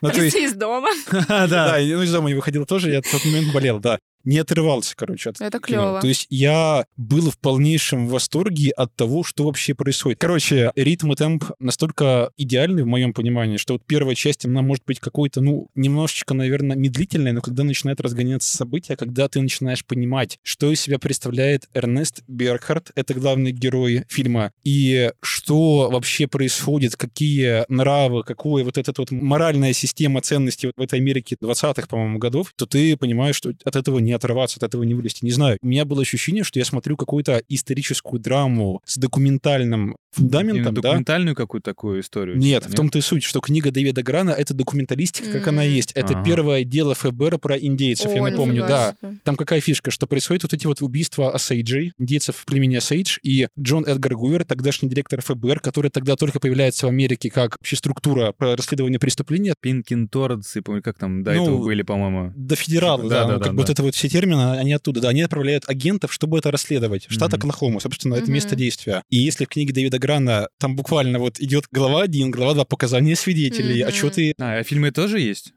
ну то есть,
Из дома.
(laughs)
(laughs)
да, и, ну из дома не выходил тоже, я в тот момент болел, да. Не отрывался, короче, от
Это
кино.
клево.
То есть я был в полнейшем восторге от того, что вообще происходит. Короче, ритм и темп настолько идеальны в моем понимании, что вот первая часть, она может быть какой-то, ну, немножечко, наверное, медлительная, но когда начинает разгоняться события, когда ты начинаешь понимать, что из себя представляет Эрнест Берхард, это главный герой фильма, и что вообще происходит, какие нравы, какое вот эта вот моральная система ценностей в этой Америке 20-х, по-моему, годов, то ты понимаешь, что от этого не оторваться, от этого не вылезти. Не знаю, у меня было ощущение, что я смотрю какую-то историческую драму с документальным
Именно
фундаментом, да?
документальную какую-то такую историю.
Нет,
чисто,
в том-то и суть, что книга Дэвида Грана — это документалистика, как она
М.
есть. Это
Ага.
первое дело ФБР про индейцев, я
О,
напомню,
нифига
да.
себе.
Там какая фишка, что происходит вот эти вот убийства Осейджей, индейцев в племени Осейдж, и Джон Эдгар Гувер, тогдашний директор ФБР, который тогда только появляется в Америке как вообще структура по расследованию преступления,
Пинкин Торренс, и помню, как там до
Ну,
этого были, по-моему.
до федерала,
Да,
да,
да,
ну,
да,
как бы
да.
вот это вот все термины, они оттуда, да, они отправляют агентов, чтобы это расследовать. Штат
Мгм.
Оклахома, собственно, это
Мгм.
место действия. И если в книге Дэвида Грана там буквально вот идет глава один, глава два, показания свидетелей,
Мгм.
отчеты
А, а фильмы тоже есть?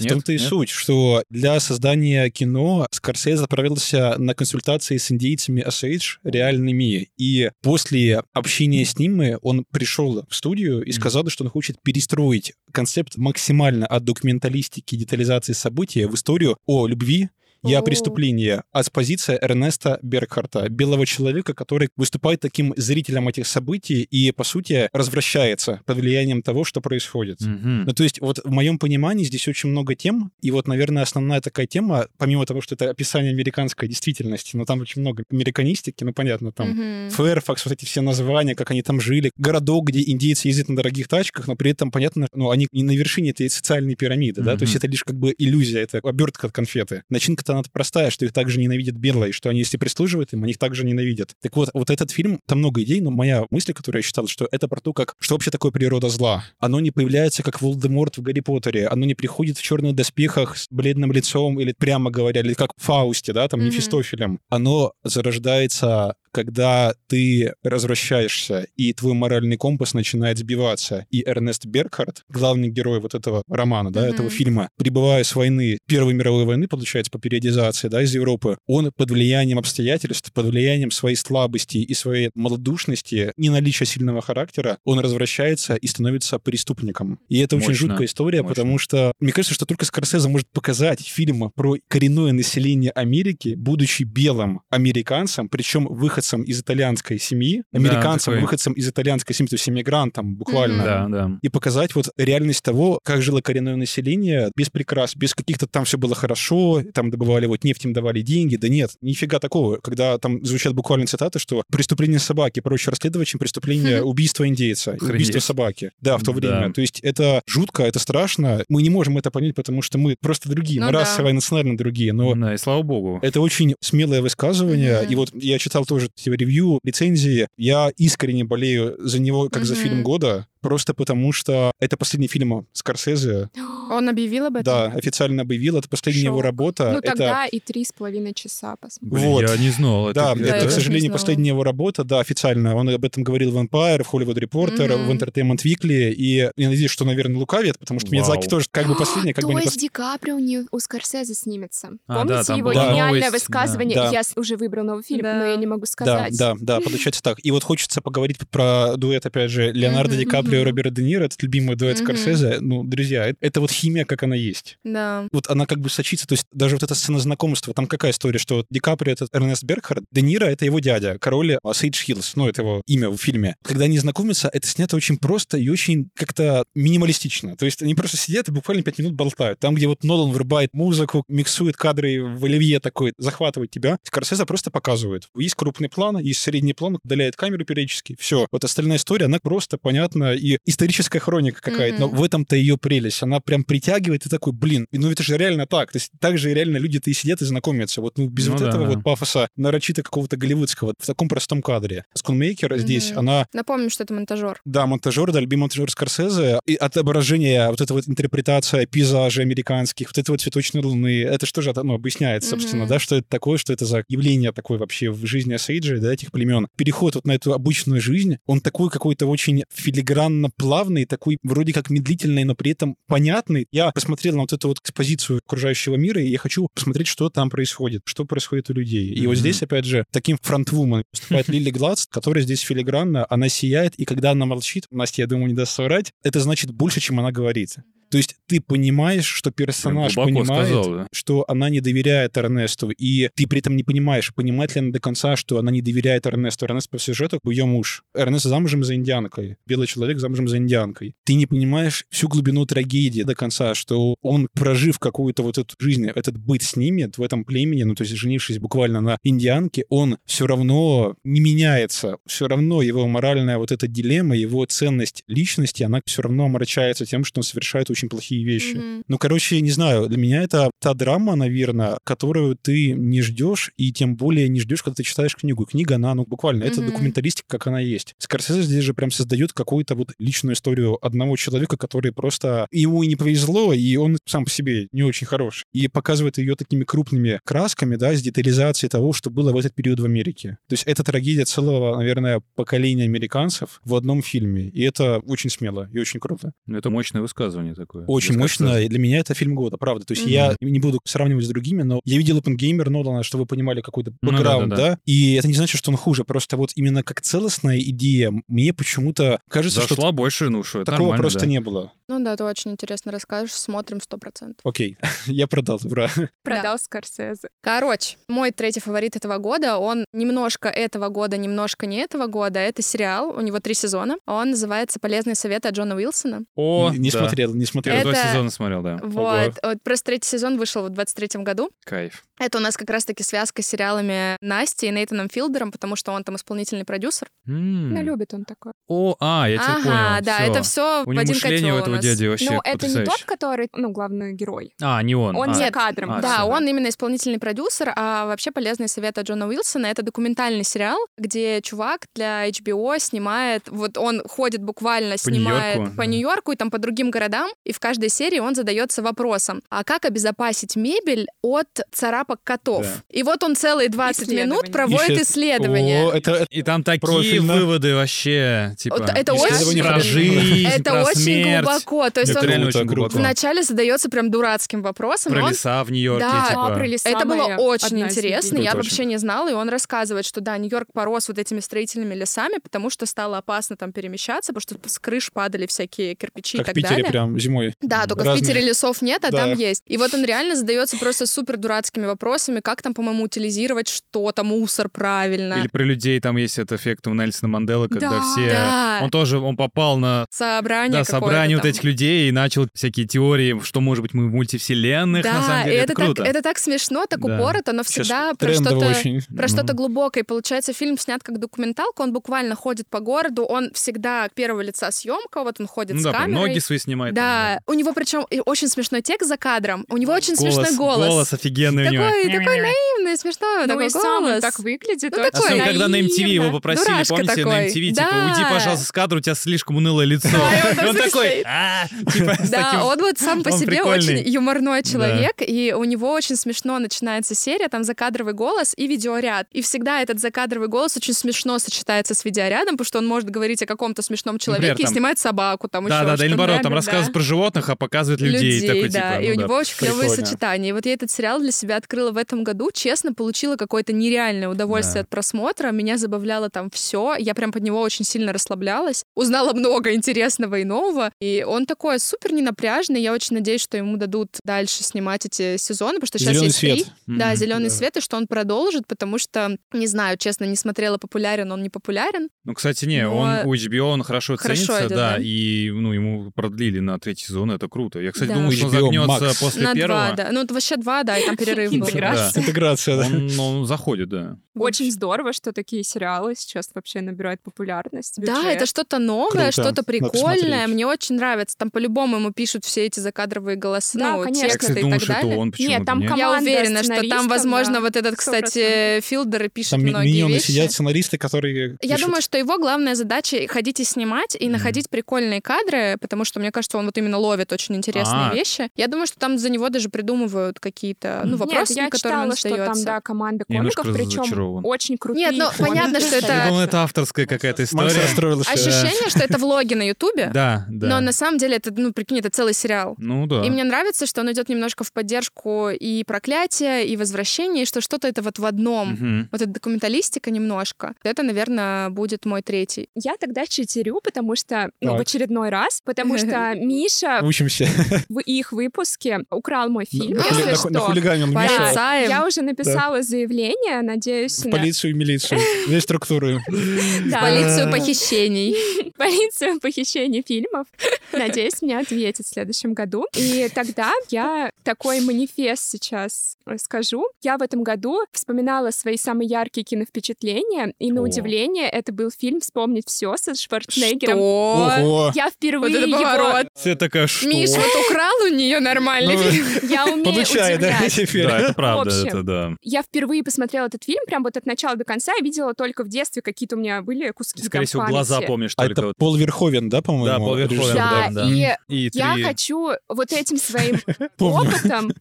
Нет?
в том-то и
Нет?
суть, что для создания кино Скорсезе отправился на консультации с индейцами Осейдж реальными. И после общения с ними он пришел в студию и
Мгм.
сказал, что он хочет перестроить концепт максимально от документалистики и детализации события в историю о любви я
О.
преступление. А с позиции Эрнеста Бергхарта, белого человека, который выступает таким зрителем этих событий и, по сути, развращается под влиянием того, что происходит.
Мгм.
Ну, то есть, вот в моем понимании здесь очень много тем, и вот, наверное, основная такая тема, помимо того, что это описание американской действительности, но там очень много американистики, ну, понятно, там
Мгм.
Фэрфакс, вот эти все названия, как они там жили, городок, где индейцы ездят на дорогих тачках, но при этом, понятно, ну, они не на вершине этой социальной пирамиды, да, то есть
Мгм.
это лишь как бы иллюзия, это обертка от конфеты. Начинка-то она простая, что их также ненавидят белые, что они, если прислуживают им, они их также ненавидят. Так вот, вот этот фильм, там много идей, но моя мысль, которую я читал, что это про то, как, что вообще такое природа зла. Оно не появляется, как Волдеморт в Гарри Поттере, оно не приходит в черных доспехах с бледным лицом или, прямо говоря, или как в Фаусте, да, там,
Мгм.
Мефистофелем. Оно зарождается когда ты развращаешься, и твой моральный компас начинает сбиваться. И Эрнест Беркхарт, главный герой вот этого романа, да,
Мгм.
этого фильма, прибывая с войны, Первой мировой войны, получается, по периодизации, да, из Европы, он под влиянием обстоятельств, под влиянием своей слабости и своей малодушности, не наличия сильного характера, он развращается и становится преступником. И это очень
Мощно.
жуткая история,
Мощно.
потому что мне кажется, что только Скорсезе может показать фильм про коренное население Америки, будучи белым американцем, причем выходцем из итальянской семьи,
Да,
американцем,
такой.
выходцем из итальянской семьи, то есть иммигрантом буквально.
Мгм.
Да, да.
И показать вот реальность того, как жило коренное население без прикрас, без каких-то там все было хорошо, там добывали вот нефть, им давали деньги. Да нет, нифига такого. Когда там звучат буквально цитаты, что преступление собаки проще расследовать, чем преступление
(laughs) Хм.
убийства индейца,
Охренеть.
убийство собаки. Да, в
Да.
то время. То есть это жутко, это страшно. Мы не можем это понять, потому что мы просто другие,
Ну
мы
да.
расово и национально другие. Но
Да, и слава богу.
это очень смелое высказывание.
Мгм.
И вот я читал тоже эти ревью, лицензии. Я искренне болею за него, как за
Мгм.
фильм года. Просто потому, что это последний фильм Скорсезе.
Он объявил об этом?
Да, официально объявил, это последняя его
Шок.
работа.
Ну
это...
тогда и три с половиной часа посмотрим.
Блин,
Вот.
я не знал.
Да,
это-
Да,
это,
я
к
тоже не
сожалению,
знала.
последняя его работа, да, официально. Он об этом говорил в Empire, в Hollywood Reporter, в
Мгм.
Entertainment Weekly, и я надеюсь, что, наверное, лукавит, потому что
Вау.
Миядзаки тоже как бы последний, как
То
бы не
есть
последний.
Ди Каприо не у Скорсезе снимется.
А, да,
Помните
там
его
была
гениальное
новость, да.
высказывание?
Да.
Я с- уже выбрал новый фильм,
Да.
но я не могу
Да,
сказать.
да, да, получается так. И вот хочется поговорить про дуэт, опять же, Леонардо
Мгм,
Ди Каприо и
мгм.
Роберта Де Ниро, этот любимый дуэт
Мгм.
Скорсезе. Ну, друзья, э- это вот химия, как она есть.
Да.
вот она как бы сочится, то есть даже вот эта сцена знакомства, там какая история, что Ди Каприо — это Эрнест Берхард, Де Ниро — это его дядя, король а, Сейдж Хиллс, ну, это его имя в фильме. Когда они знакомятся, это снято очень просто и очень как-то минималистично. То есть они просто сидят и буквально пять минут болтают. Там, где вот Нолан врубает музыку, миксует кадры в оливье такой, захватывает тебя, Скорсезе просто показывает. Есть крупный план, есть средний план, удаляет камеру периодически, все. Вот остальная история, она просто понятна и историческая хроника какая-то, но
Мгм.
в этом-то ее прелесть. Она прям притягивает, и такой, блин, ну это же реально так. То есть так же реально люди-то и сидят и знакомятся. Вот ну, без
Ну
вот
да,
этого
да.
вот пафоса нарочито какого-то голливудского в таком простом кадре. Скунмейкер здесь,
Мгм.
она
Напомним, что это монтажер.
да, монтажер, да, любимый монтажер Скорсезе. И отображение, вот эта вот интерпретация пейзажей американских, вот этой вот цветочной луны, это что же ну, объясняет, собственно,
Мгм.
да, что это такое, что это за явление такое вообще в жизни Сейджи, да, этих племен. Переход вот на эту обычную жизнь, он такой какой-то очень филигранно плавный, такой вроде как медлительный, но при этом понятный. Я посмотрел на вот эту вот экспозицию окружающего мира, и я хочу посмотреть, что там происходит, что происходит у людей. И вот
Мгм.
здесь здесь, опять же, таким фронтвумен
(laughs)
выступает Лили Гладс, которая здесь филигранно, она сияет, и когда она молчит, Настя, я думаю, не даст соврать, это значит больше, чем она говорит. То есть ты понимаешь, что персонаж
глубоко
понимает,
сказал, да.
что она не доверяет Эрнесту, и ты при этом не понимаешь, понимает ли она до конца, что она не доверяет Эрнесту. Эрнест по сюжету ее муж. Эрнест замужем за индианкой. Белый человек замужем за индианкой. Ты не понимаешь всю глубину трагедии до конца, что он, прожив какую-то вот эту жизнь, этот быт с ними, в этом племени, ну, то есть женившись буквально на индианке, он все равно не меняется. Все равно его моральная вот эта дилемма, его ценность личности, она все равно омрачается тем, что он совершает очень плохие вещи.
Мгм.
Ну, короче, я не знаю, для меня это та драма, наверное, которую ты не ждешь, и тем более не ждешь, когда ты читаешь книгу. Книга, она, ну, буквально, это
Мгм.
документалистика, как она есть. Скорсезе здесь же прям создает какую-то вот личную историю одного человека, который просто... Ему и не повезло, и он сам по себе не очень хорош. И показывает ее такими крупными красками, да, с детализацией того, что было в этот период в Америке. То есть это трагедия целого, наверное, поколения американцев в одном фильме. И это очень смело и очень круто.
Ну, Это мощное высказывание такое.
Очень
Мне
мощно.
кажется,
И для меня это фильм года, правда. То есть
Мгм.
я не буду сравнивать с другими, но я видел Оппенгеймер Нолана, что вы понимали какой-то
Ну да,
бэкграунд,
да,
да,
да.
И это не значит, что он хуже. Просто вот именно как целостная идея мне почему-то кажется, что
Зашла больше, ну что, это
такого
нормально,
просто
да.
не было.
Ну да, ты очень интересно расскажешь. Смотрим 100%.
Окей, (laughs) я продал, ура.
Продал Скорсезе.
Короче, мой третий фаворит этого года, он немножко этого года, немножко не этого года. Это сериал, у него три сезона. Он называется «Полезные советы» от Джона Уилсона.
О,
не
да.
смотрел, не смотрел.
Первые два
Это-
сезона смотрел, да. Ого,
Вот. вот. Просто третий сезон вышел в 23 году.
Кайф.
Это у нас как раз-таки связка с сериалами Насти и Нейтаном Филдером, потому что он там исполнительный продюсер.
М.
Ну, любит он такое.
О, а, я тебя
ага,
понял.
да,
всё.
это все
У
в
него
один
мышление
котел
у
у
этого
нас.
дяди вообще
Но Ну, это не тот,
потрясающе.
который, ну, главный герой.
А, не он. а.
Он не за
Нет,
кадром.
а,
просто.
Да, он именно исполнительный продюсер, а вообще полезные советы от Джона Уилсона это документальный сериал, где чувак для HBO снимает, вот он ходит буквально, снимает
Нью-Йорку,
по
да.
Нью-Йорку и там по другим городам, и в каждой серии он задается вопросом, а как обезопасить мебель от царапок котов?
Да.
И вот он целые 20 минут
Исследование.
проводит
Ищет-
исследование.
О, это, это-
И там такие
Профильно.
выводы вообще, типа,
Вот это очень-
исследование про
Это
жизнь, про
Это очень
смерть.
глубоко. То есть
Это
он
реально
Круто,
очень
круто.
глубоко.
вначале задается прям дурацким вопросом, но
Про
он
леса в Нью-Йорке,
Да.
типа.
А, про леса
Это было
моя
очень
одна из
интересно,
любимых.
я
Это
вообще не знала, и он рассказывает, что да, Нью-Йорк порос вот этими строительными лесами, потому что стало опасно там перемещаться, потому что с крыш падали всякие кирпичи и
как в
так
Питере
далее.
прям зимой.
Да, только в
разные.
Питере лесов нет, а
Да.
там есть. И вот он реально задается просто супер дурацкими вопросами, как там, по-моему, утилизировать что-то, мусор правильно.
Или про людей там есть этот эффект у Нельсона Манделы, когда
Да.
все...
Да.
Он тоже, он попал на
Собрание
да,
А какое-то
собрание
там.
вот этих этих людей и начал всякие теории, что, может быть, мы в мультивселенных, на
Да,
самом
и
деле,
это,
это, круто.
так, это так смешно, так
Да.
упорото, но
Сейчас
всегда про
трендово
что-то...
очень.
про
Ну.
что-то глубокое. И получается, фильм снят как документалка, он буквально ходит по городу, он всегда первого лица съемка, вот он ходит
Ну
с
да, прям
камерой.
ноги свои снимает.
да, у него причем очень смешной текст за кадром, у него очень смешной голос.
Голос офигенный у него.
Такой, такой наивный, смешной
Ну
такой
и
голос.
сам он так выглядит.
Ну,
очень
такой,
Особенно, когда на MTV его
наивно.
попросили,
Дурашка
помните, на
такой.
MTV, типа,
Да.
уйди, пожалуйста, с кадра, у тебя слишком унылое лицо.
Да, и он так
И Он такой,
стоит.
«А», типа, с таким
Да, он
(laughs)
вот сам по
он
себе
прикольный.
очень юморной человек, и у него очень смешно начинается серия, там закадровый голос и видеоряд. И всегда этот закадровый голос очень смешно сочетается с видеорядом, потому что он может говорить о каком-то смешном человеке
Например,
и
там-
снимать собаку, там
Да,
еще
да, да, или
что-то.
наоборот, там
да.
рассказывают про животных, а показывают людей. такой,
да,
типа,
и
ну
у
да.
него очень клевые
прикольно.
сочетания. И вот я этот сериал для себя открыла в этом году, честно, получила какое-то нереальное удовольствие
Да.
от просмотра, меня забавляло там все, я прям под него очень сильно расслаблялась, узнала много (laughs) интересного и нового, и он такой супер ненапряжный, я очень надеюсь, что ему дадут дальше снимать эти сезоны, потому что сейчас
Зеленый
есть три.
свет.
Мгм.
Да, зеленый
да.
свет, и что он продолжит, потому что, не знаю, честно, не смотрела, популярен он, не популярен.
Ну, кстати, не,
Но-
он у HBO он хорошо,
Хорошо
ценится,
идет,
да,
да.
и ну ему продлили на третий сезон, это круто. Я, кстати,
Да.
думал, что он
HBO
загнется
Max.
после
На
первого.
два, да. Ну, это вообще два, да, и там перерыв был.
Да.
Интеграция.
Интеграция, да.
Он, он заходит, да.
Очень здорово, что такие сериалы сейчас вообще набирают популярность.
Да,
бюджет.
это что-то новое,
Круто.
что-то
Надо
прикольное.
посмотреть.
Мне очень нравится. Там по-любому ему пишут все эти закадровые голоса,
Да,
ну,
конечно.
Я,
Честно,
тексты
кстати,
и
думал,
так
что это
далее.
он почему-то.
Нет, там
нет?
ком-
Я
Команда
уверена, что там,
сценаристов,
возможно,
да,
вот этот,
100%.
кстати, Филдер пишет
Там ми-
многие
миньоны
вещи.
сидят, сценаристы, которые
Я
пишут.
думаю, что его главная задача — ходить и снимать, и
Мгм.
находить прикольные кадры, потому что, мне кажется, он вот именно ловит очень интересные
А.
вещи. Я думаю, что там за него даже придумывают какие-то,
Мгм.
ну,
Нет,
вопросы, на
я
которые он
читала, что там,
остается.
да, команда
Я немножко
комиков, причем
разочарован.
очень крутые.
Нет, ну,
комики.
понятно, что это-
Я думал, это авторская какая-то
Макс
история.
расстроилась. э,
Ощущение, что это влоги на
(laughs)
Ютубе,
Да, да.
но на самом деле это, ну, прикинь, это целый сериал.
Ну да.
И мне нравится, что он идет немножко в поддержку и проклятия, и возвращения, и что что-то это вот в одном.
Мгм.
Вот эта документалистика немножко. Это, наверное, будет мой третий.
Я тогда читерю, потому что, ну, в
Так.
очередной раз,
(laughs)
потому что Миша
Учимся.
в их выпуске украл мой фильм,
На хули-
Ну, если
на ху- на
что.
хулиганил
Да.
Миша.
Полицаем.
Я уже написала заявление, надеюсь,
В
на...
полицию и милицию. Э, Две структуры.
(laughs) Да.
А, Полицию (laughs) похищений.
полицию похищения фильмов. (laughs) Надеюсь, мне ответят в следующем году. И тогда я такой манифест сейчас скажу. Я в этом году вспоминала свои самые яркие киновпечатления, и на
О.
удивление это был фильм «Вспомнить все» со Шварценеггером.
Что?
Ого.
Я впервые
Вот это
его-
поворот.
Все такая, что?
Миш, вот украл у нее нормальный
Ну,
(laughs) фильм.
Я умею
Получай, да,
удивлять.
теперь.
(laughs)
Да, это правда,
общем.
это да.
Я впервые посмотрела этот фильм прям вот от начала до конца и видела только в детстве какие-то у меня были куски
И, Скорее
там
всего,
памяти.
глаза помнишь
А
только.
это
вот.
Пол Верховен, да, по-моему?
Да, Пол Верховен,
режиссер?
Да,
да.
Э,
и
И
Я
три-
хочу вот этим своим
Помню.
опытом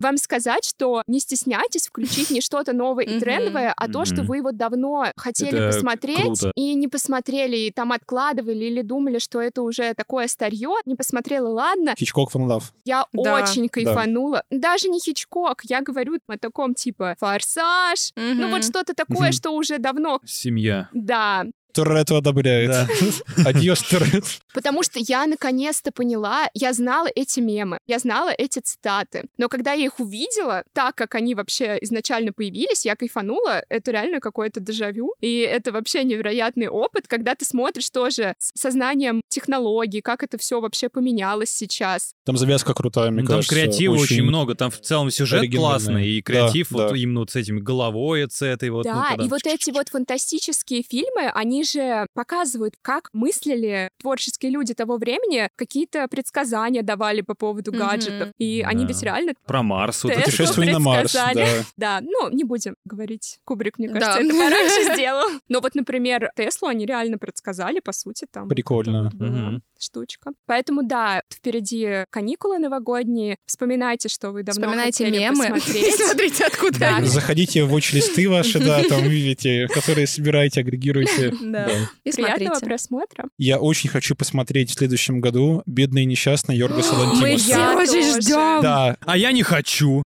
вам сказать, что не стесняйтесь включить не что-то новое и
Мгм.
трендовое, а то, что
Мгм.
вы вот давно хотели
Это
посмотреть
круто.
и не посмотрели, и там откладывали или думали, что это уже такое старье, не посмотрела, ладно.
Хичкок фон лав.
Я
Да.
очень кайфанула. Даже не Хичкок, я говорю о таком типа «Форсаж», ну вот что-то такое,
Мгм.
что уже давно...
Семья.
Да,
Торетто одобряет. (laughs) Адьос, Торетто.
Потому что я наконец-то поняла, я знала эти мемы, я знала эти цитаты. Но когда я их увидела, так как они вообще изначально появились, я кайфанула. Это реально какое-то дежавю. И это вообще невероятный опыт, когда ты смотришь тоже с сознанием технологий, как это все вообще поменялось сейчас.
Там завязка крутая, мне
Ну, там
кажется.
креатива очень много, там в целом сюжет
оригинальная.
классный, и
Да,
креатив вот
да.
именно вот с этим головой, с этой вот. ну,
да,
когда-
и вот эти вот фантастические фильмы, они же показывают, как мыслили творческие люди того времени, какие-то предсказания давали по поводу
Мгм.
гаджетов. И они
Да.
ведь реально
Про Марс вот
Тест.
это.
Путешествие на Марс,
предсказали.
(laughs) да.
Да, ну, не будем говорить. Кубрик, мне
Да. (laughs) ну,
кажется, это пораньше сделал. Но вот, например, Теслу они реально предсказали, по сути, там.
Прикольно.
была
Мгм.
штучка. Поэтому, да, впереди каникулы новогодние. Вспоминайте, что вы давно
Вспоминайте
хотели
мемы. (laughs) И
посмотреть.
смотрите, откуда
Да.
они.
Заходите в watch-листы ваши, да,
(laughs)
там видите, которые собираете, агрегируете.
Да.
Да.
И
Приятного
смотрите.
просмотра.
Я очень хочу посмотреть в
(gasps)
следующем году «Бедный и несчастный» Йорга
Мы
Я
все
Салантимоса.
очень
тоже.
ждем.
Да,
А я не хочу.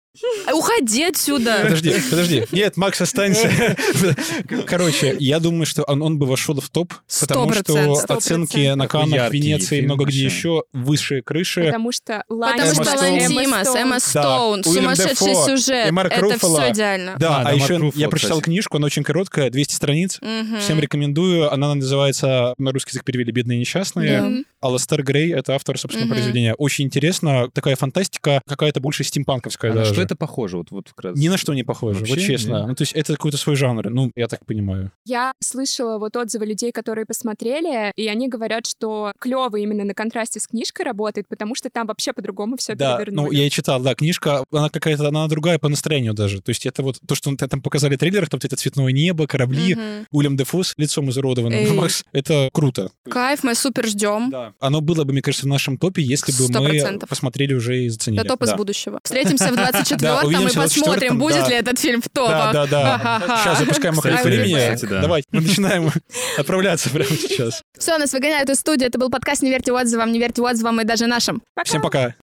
А, Уходи отсюда!
Подожди, подожди. Нет, Макс, останься. (laughs) Короче, я думаю, что он, он бы вошел в топ, потому что
100%.
оценки на
Какой
Каннах,
яркий
Венеции и
фильм
много где
вообще.
еще выше крыши.
Потому что
Потому
Эмма
что
Стоун.
Лантимас, Эмма Стоун,
Уильям
сумасшедший
Дефо
сюжет.
и Марк
Это
Руффало.
все идеально.
А, да,
Да, а
Марк
еще
Руффало,
я прочитал
кстати.
книжку, она очень короткая, 200 страниц.
Мгм.
Всем рекомендую. Она называется, на русский язык перевели «Бедные и несчастные».
Да.
Аластер Грей — это автор, собственно,
Мгм.
произведения. Очень интересно. Такая фантастика, какая-то больше стимпанковская
А на
даже.
что это похоже? Вот, вот как раз.
Ни на что не похоже, вот
Вообще
честно.
не.
Ну, то есть это какой-то свой жанр, ну, я так понимаю.
Я слышала вот отзывы людей, которые посмотрели, и они говорят, что клево именно на контрасте с книжкой работает, потому что там вообще по-другому все
да,
перевернули.
ну, я и читал, да, книжка, она какая-то, она другая по настроению даже. То есть это вот то, что там показали в трейлерах, там вот это цветное небо, корабли,
Мгм.
Уильям Дефо с лицом изуродованным.
Эй.
Макс, это круто.
Кайф, мы супер ждем.
Да. Оно было бы, мне кажется, в нашем топе, если бы
Сто
мы
процентов.
посмотрели уже и заценили.
Это топ из
да.
будущего.
(laughs)
Встретимся в 24-м и
увидимся в
посмотрим,
24-м,
будет
да.
ли этот фильм в
Да,
топах.
да, да.
Ха-ха-ха.
Сейчас запускаем охотник
Кстати,
времени.
кстати, да.
Давай, мы начинаем отправляться прямо сейчас.
Все, нас выгоняют из студии. Это был подкаст «Не верьте отзывам, не верьте отзывам и даже нашим».
Пока.
Всем пока.